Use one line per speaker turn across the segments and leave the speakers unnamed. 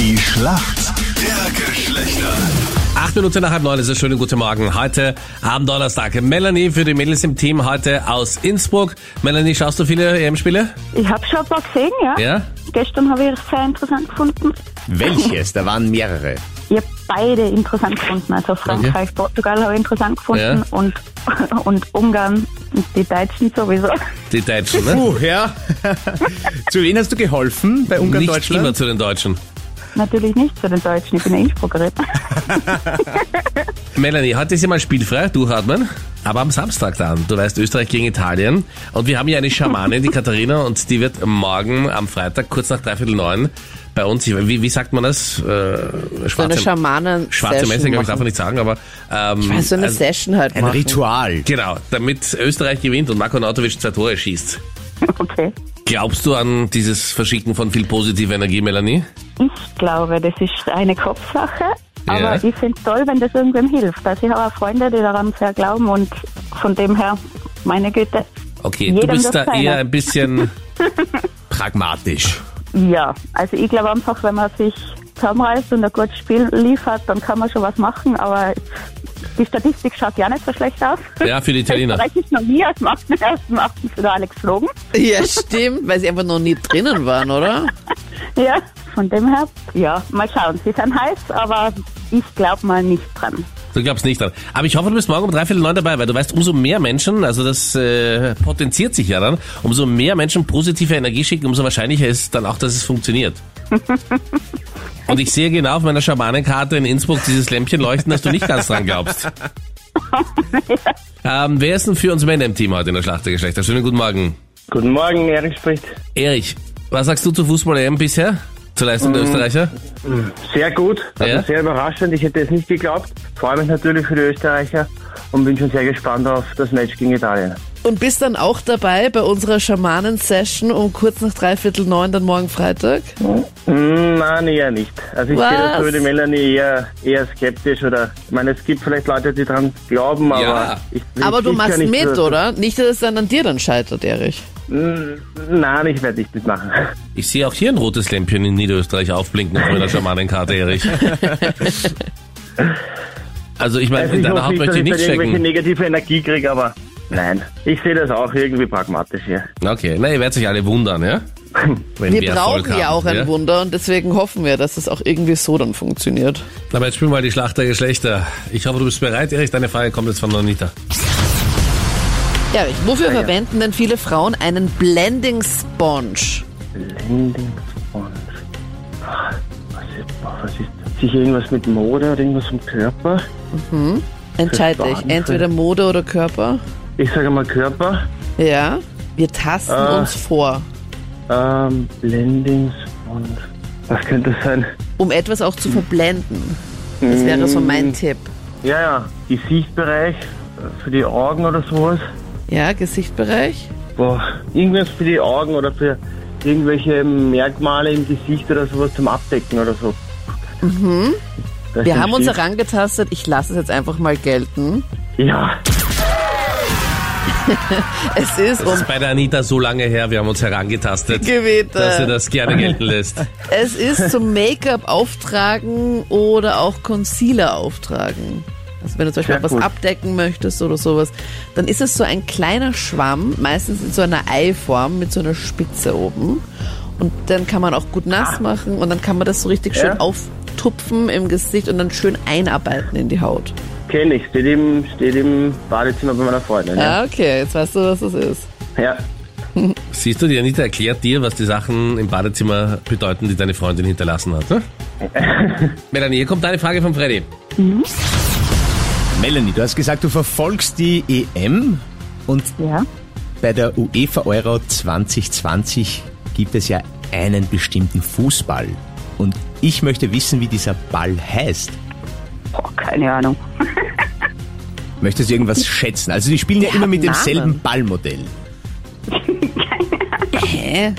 Schlacht der Geschlechter.
8 Minuten nach halb neun ist es. Schönen guten Morgen. Heute am Donnerstag. Melanie für die Mädels im Team heute aus Innsbruck. Melanie, schaust du viele EM-Spiele?
Ich habe schon ein paar gesehen, ja.
Ja?
Gestern habe ich es sehr interessant gefunden.
Welches? Da waren mehrere.
Ich habe beide interessant gefunden. Also Frankreich, Portugal habe ich interessant gefunden
Ja.
und, und Ungarn und die Deutschen sowieso.
Die Deutschen, ne?
Puh, ja. Zu wen hast du geholfen bei Ungarn,
Nicht immer
Deutschland?
zu den Deutschen.
Natürlich nicht zu den Deutschen, ich bin eine Innsbruckerin.
Melanie, heute ist ja mal spielfrei, durchatmen. Aber am Samstag dann. Du weißt, Österreich gegen Italien. Und wir haben ja eine Schamanin, die Katharina, und die wird morgen am Freitag, kurz nach dreiviertel neun, bei uns, wie, wie sagt man das? Äh,
So eine
schwarze,
Schamanen.
schwarze Messe, glaube ich, darf man
machen.
nicht sagen, aber... Ähm,
So eine
also-
Session halt
Ein
machen.
Ritual.
Genau, damit Österreich gewinnt und Marco Nautovic zwei Tore schießt.
Okay.
Glaubst du an dieses Verschicken von viel positiver Energie, Melanie?
Ich glaube, das ist eine Kopfsache. Aber
Ja.
ich finde es toll, wenn das irgendwem hilft. Also ich habe auch Freunde, die daran sehr glauben und von dem her, meine Güte,
Okay, du
Jedem
bist
das
da
Seine.
eher ein bisschen...
Pragmatisch.
Ja, also ich glaube einfach, wenn man sich zusammenreißt und ein gutes Spiel liefert, dann kann man schon was machen, aber die Statistik schaut ja nicht so schlecht aus.
Ja, für die Italiener.
Vielleicht ist noch nie aus dem 8. für Alex Flogen.
Ja, stimmt, weil sie einfach noch nie drinnen waren, oder?
Ja, von dem her, ja, mal schauen. Sie sind heiß, aber ich glaube mal nicht dran.
Du glaubst nicht dran. Aber ich hoffe, du bist morgen um dreiviertel neun dabei, weil du weißt, umso mehr Menschen, also das äh, potenziert sich ja dann, umso mehr Menschen positive Energie schicken, umso wahrscheinlicher ist dann auch, dass es funktioniert. Und ich sehe genau auf meiner Schamanenkarte in Innsbruck dieses Lämpchen leuchten, dass du nicht ganz dran glaubst. Ähm, wer ist denn für uns Männer im Team heute in der Schlacht der Geschlechter? Schönen guten Morgen.
Guten Morgen, Erik spricht.
Erich, was sagst du zu Fußball-EM bisher? Zur Leistung
Mm.
der Österreicher?
Sehr gut, also
Ja.
sehr überraschend. Ich hätte es nicht geglaubt. Freue mich natürlich für die Österreicher und bin schon sehr gespannt auf das Match gegen Italien.
Und bist dann auch dabei bei unserer Schamanen-Session um kurz nach dreiviertel neun, dann morgen Freitag?
Hm, Nein, eher nicht. Also ich
Was?
sehe das so wie die Melanie eher, eher skeptisch oder ich meine, es gibt vielleicht Leute, die dran glauben, aber
Ja.
ich,
Aber
ich,
du
ich kann
machst
nicht
mit,
so-
oder? Nicht, dass es dann an dir dann scheitert, Erich.
Hm, Nein, ich werde nicht mitmachen.
Ich sehe auch hier ein rotes Lämpchen in Niederösterreich aufblinken auf meiner Schamanenkarte, Erich. Also ich meine,
Also
in
ich
deiner
hoffe
Haut möchte ich
nicht, dass ich
nicht
dann irgendwelche
stecken.
negative Energie kriege, aber nein. Ich sehe das auch irgendwie pragmatisch hier.
Okay, na, ihr werdet euch alle wundern, ja? Wenn
Wir,
Erfolg
brauchen ja
haben,
auch ein Wunder und deswegen hoffen wir, dass es auch irgendwie so dann funktioniert.
Aber jetzt spielen wir mal die Schlacht der Geschlechter. Ich hoffe, du bist bereit, Erich. Deine Frage kommt jetzt von Nonita.
Erich, wofür verwenden denn viele Frauen einen Blending Sponge?
Blending Sponge. Was ist, boah, was ist das? Sicher irgendwas mit Mode oder irgendwas vom Körper?
Entscheid dich.
Wahnsinn.
Entweder Mode oder Körper.
Ich sage mal Körper.
Ja, wir tasten
Ah.
uns vor,
Ähm, Blending Sponge. Was könnte das sein?
um etwas auch zu verblenden. Das wäre so mein Tipp.
Ja, ja, Gesichtsbereich äh, für die Augen oder sowas.
Ja, Gesichtbereich.
Boah, irgendwas für die Augen oder für irgendwelche Merkmale im Gesicht oder sowas zum Abdecken oder so. Mhm.
Wir haben uns herangetastet. Ich lasse es jetzt einfach mal gelten.
Ja,
Es ist
Das
um
ist bei der Anita so lange her, wir haben uns herangetastet, dass sie
Gewitter.
das gerne gelten lässt.
Es ist zum Make-up auftragen oder auch Concealer auftragen. Also wenn du zum Beispiel
Sehr
was
gut.
abdecken möchtest oder sowas, dann ist es so ein kleiner Schwamm, meistens in so einer Eiform mit so einer Spitze oben. Und dann kann man auch gut nass machen und dann kann man das so richtig schön
Ah. Ja.
auftupfen im Gesicht und dann schön einarbeiten in die Haut.
kenne ich. Steht im, steht im Badezimmer bei meiner Freundin.
Ja, Ah, okay, jetzt weißt du, was das ist.
ja. ja.
Siehst du, die Anita erklärt dir, was die Sachen im Badezimmer bedeuten, die deine Freundin hinterlassen hat. Ne? Melanie, hier kommt deine Frage von Freddy.
Melanie, du hast gesagt, du verfolgst die EM und
Ja.
bei der UEFA Euro 2020 gibt es ja einen bestimmten Fußball. Und ich möchte wissen, wie dieser Ball heißt.
Boah, keine Ahnung.
Möchtest du irgendwas schätzen? Also die spielen ja immer
hat
mit
einen
demselben
Namen.
Ballmodell.
Äh?
Hä?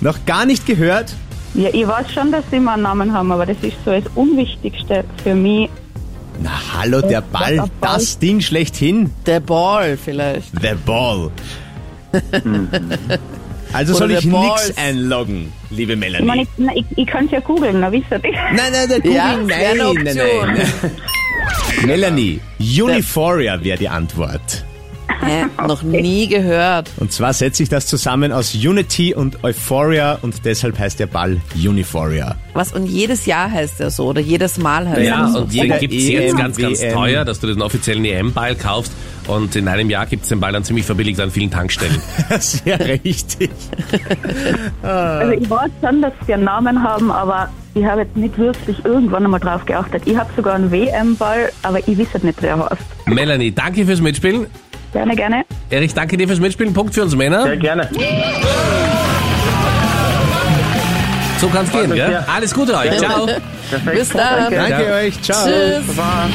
Noch gar nicht gehört?
Ja, ich weiß schon, dass sie immer einen Namen haben, aber das ist so das Unwichtigste für mich.
Na hallo, der
der
Ball,
Ball.
das Ding schlechthin.
Der Ball vielleicht.
The Ball. Also
Oder
soll
der
ich nix
Balls.
einloggen, liebe
Ich meine,
Melanie?
ich, na, ich, ich kann es ja googeln, na wisst ihr das?
Nein, nein, nein,
Ja,
googeln,
wäre eine
nein, nein, nein. Melanie, Uniforia wäre die Antwort.
Hä? Äh, Noch nie gehört.
Und zwar setze ich das zusammen aus Unity und Euphoria und deshalb heißt der Ball Uniforia.
Was? Und jedes Jahr heißt er so oder jedes Mal heißt
Ja,
er so.
und den
Oder
gibt's jetzt ganz, ganz
EM.
teuer, dass du den offiziellen EM-Ball kaufst und in einem Jahr gibt's den Ball dann ziemlich verbilligt an vielen Tankstellen.
Sehr richtig.
Also ich weiß schon, dass sie einen Namen haben, aber ich habe jetzt nicht wirklich irgendwann einmal drauf geachtet. Ich habe sogar einen WM-Ball, aber ich weiß halt nicht, wer er heißt.
Melanie, danke fürs Mitspielen.
Gerne, gerne.
Erich, danke dir fürs Mitspielen. Punkt für uns Männer.
Sehr gerne.
So kann's gehen,
mich
gell?
sehr.
Alles Gute euch. Ciao.
Perfekt.
Bis dann.
Danke.
Danke euch, ciao.
Tschüss.
Baba.